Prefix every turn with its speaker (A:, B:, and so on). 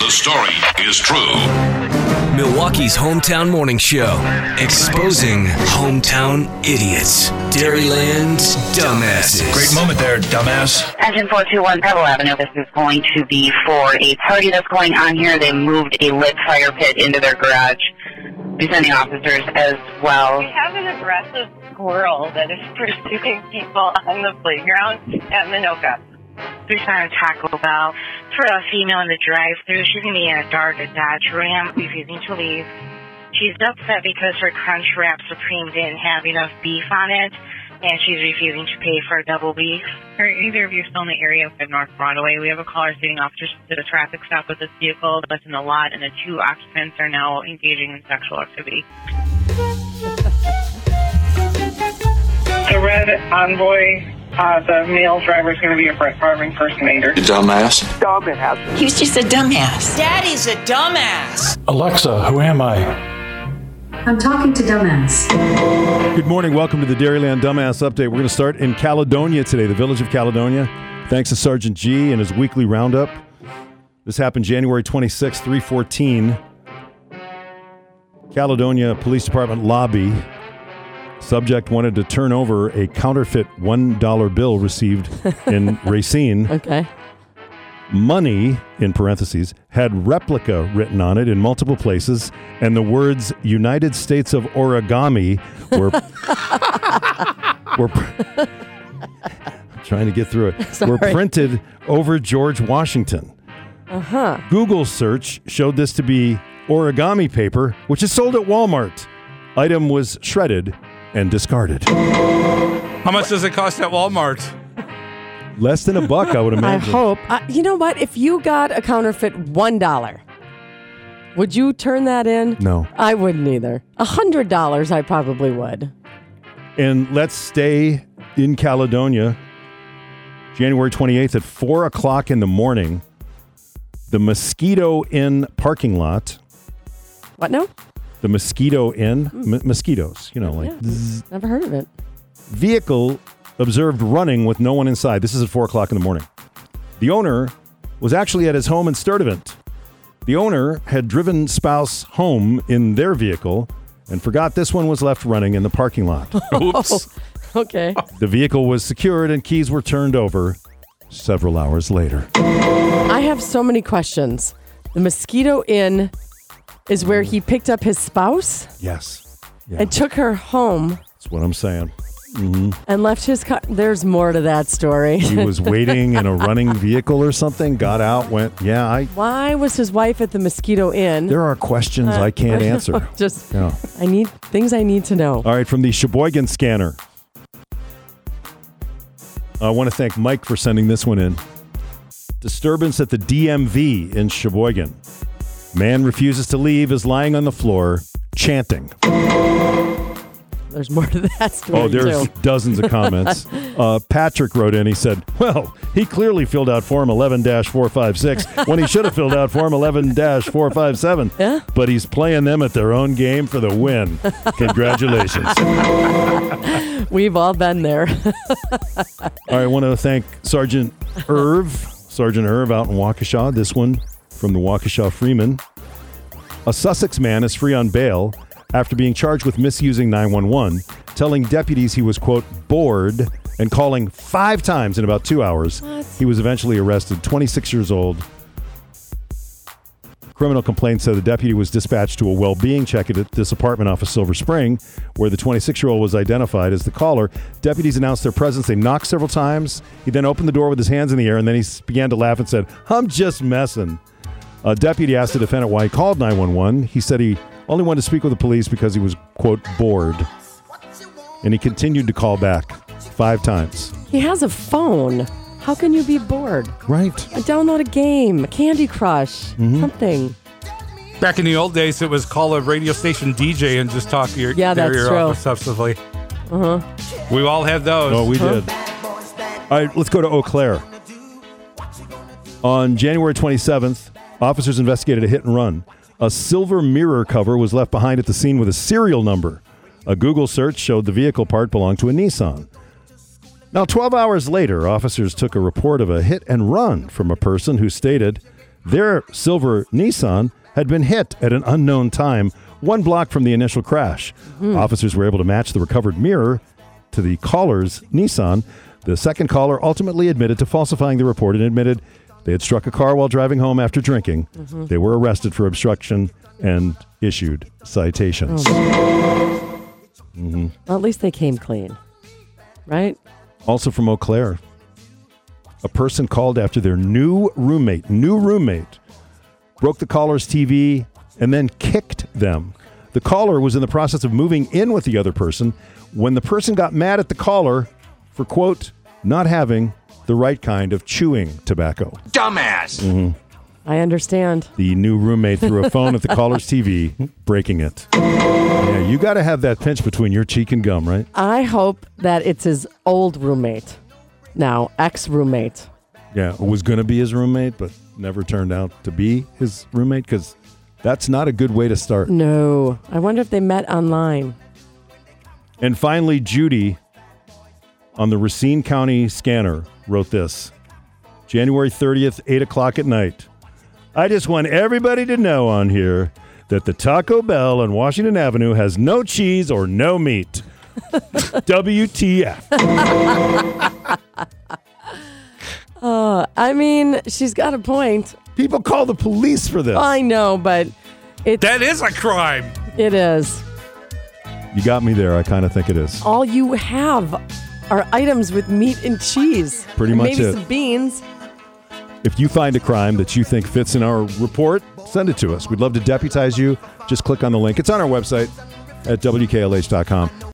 A: the story is true.
B: Milwaukee's Hometown Morning Show, exposing hometown idiots, Dairyland's dumbasses.
C: Great moment there, dumbass.
D: Engine 421 Pebble Avenue. This is going to be for a party that's going on here. They moved a lit fire pit into their garage. We send the officers as well.
E: We have an aggressive squirrel that is pursuing people on the playground at Minoka.
F: We saw a Taco Bell for a female in the drive-thru. She's gonna be in a dark Dodge Ram, refusing to leave. She's upset because her Crunch Wrap Supreme didn't have enough beef on it, and she's refusing to pay for a double beef.
E: Are either of you still in the area of North Broadway? We have a caller stating officers did a traffic stop with this vehicle that's in the lot, and the two occupants are now engaging in sexual activity. The red envoy, uh, the male driver is going to be a Brett Farming impersonator.
C: Dumbass.
G: He's just a dumbass.
H: Daddy's a dumbass.
C: Alexa, who am I?
I: I'm talking to dumbass.
J: Good morning. Welcome to the Dairyland Dumbass Update. We're going to start in Caledonia today, the village of Caledonia. Thanks to Sergeant G and his weekly roundup. This happened January 26, 314. Caledonia Police Department lobby. Subject wanted to turn over a counterfeit $1 bill received in Racine
K: Okay.
J: money in parentheses had replica written on it in multiple places and the words united states of origami were were pr- I'm trying to get through it were
K: Sorry.
J: printed over george washington
K: Uh huh.
J: google search showed this to be origami paper which is sold at walmart item was shredded and discarded
L: How much does it cost at Walmart?
J: less than a buck i would
K: I
J: imagine
K: hope. Uh, you know what? If you got a counterfeit one dollar, would you turn that in?
J: no
K: I wouldn't either. A hundred dollars, I probably would.
J: And let's stay in Caledonia. January 28th at 4 o'clock in the morning, the Mosquito Inn parking lot.
K: What? No,
J: The Mosquito Inn, m- mosquitoes, you know, like zzz.
K: never heard of it.
J: vehicle observed running with no one inside. This is at 4 o'clock in the morning. The owner was actually at his home in Sturtevant. The owner had driven spouse home in their vehicle and forgot this one was left running in the parking lot.
L: Oops.
K: Okay.
J: The vehicle was secured and keys were turned over several hours later.
K: I have so many questions. The Mosquito Inn is where he picked up his spouse
J: Yes. Yeah,
K: and took her home
J: that's what I'm saying.
K: and left his car. There's more to that story.
J: He was waiting in a running vehicle or something, got out, went, yeah, I
K: Why was his wife at the Mosquito Inn?
J: there are questions I can't answer.
K: Just,
J: Yeah.
K: I need things I need to know.
J: All right, from the Sheboygan scanner. I want to thank Mike for sending this one in. Disturbance at the DMV in Sheboygan. Man refuses to leave, is lying on the floor, chanting.
K: There's more to that story.
J: Oh, there's
K: too.
J: dozens of comments. uh, Patrick wrote in. He said, "Well, he clearly filled out form 11-456 when he should have filled out form 11-457.
K: Yeah.
J: But he's playing them at their own game for the win. Congratulations." All
K: We've all been there.
J: right, I want to thank Sergeant Irv, Sergeant Irv out in Waukesha. This one from the Waukesha Freeman. A Sussex man is free on bail after being charged with misusing 911, telling deputies he was, quote, bored and calling five times in about two hours. He was eventually arrested, 26 years old. Criminal complaint said the deputy was dispatched to a well being check at this apartment off of Silver Spring, where the 26 year old was identified as the caller. Deputies announced their presence. They knocked several times. He then opened the door with his hands in the air and then he s- began to laugh and said, I'm just messing. A deputy asked the defendant why he called 911. He said he only wanted to speak with the police because he was, quote, bored. And he continued to call back five times.
K: he has a phone. How can you be bored?
J: Right.
K: I download a game, Candy Crush,
J: Mm-hmm.
K: something.
L: Back in the old days, it was call a radio station DJ and just talk your
K: Yeah,
L: their
K: that's
L: ear
K: true.
L: off ostensibly. We all had those.
J: Oh, we
K: Huh?
J: did. All right, let's go to Eau Claire. On January 27th, officers investigated a hit and run. A silver mirror cover was left behind at the scene with a serial number. A Google search showed the vehicle part belonged to a Nissan. Now, 12 hours later, officers took a report of a hit and run from a person who stated Their silver Nissan had been hit at an unknown time, one block from the initial crash. Officers were able to match the recovered mirror to the caller's Nissan. The second caller ultimately admitted to falsifying the report and admitted they had struck a car while driving home after drinking.
A: Mhm.
J: They were arrested for obstruction and issued citations. hmm
K: Well, at least they came clean, right?
J: Also from Eau Claire, a person called after their new roommate, new roommate, broke the caller's TV and then kicked them. The caller was in the process of moving in with the other person when the person got mad at the caller for, quote, not having the right kind of chewing tobacco.
K: Dumbass.
J: Mhm.
K: I understand.
J: The new roommate threw a phone at the caller's TV, breaking it. Yeah, you got to have that pinch between your cheek and gum, right?
K: I hope that it's his old roommate, now ex roommate.
J: Yeah, it was going to be his roommate, but never turned out to be his roommate because that's not a good way to start.
K: No, I wonder if they met online.
J: And finally, Judy on the Racine County scanner wrote this January 30th, 8 o'clock at night. I just want everybody to know on here that the Taco Bell on Washington Avenue has no cheese or no meat. WTF.
K: Uh, I mean, she's got a point.
J: People call the police for this.
K: I know, but it's
L: That is a crime.
K: It is.
J: You got me there. I kind of think it is.
K: All you have are items with meat and cheese.
J: Pretty
K: And
J: much
K: Maybe
J: it.
K: some beans.
J: If you find a crime that you think fits in our report, send it to us. We'd love to deputize you. Just click on the link. It's on our website at WKLH.com.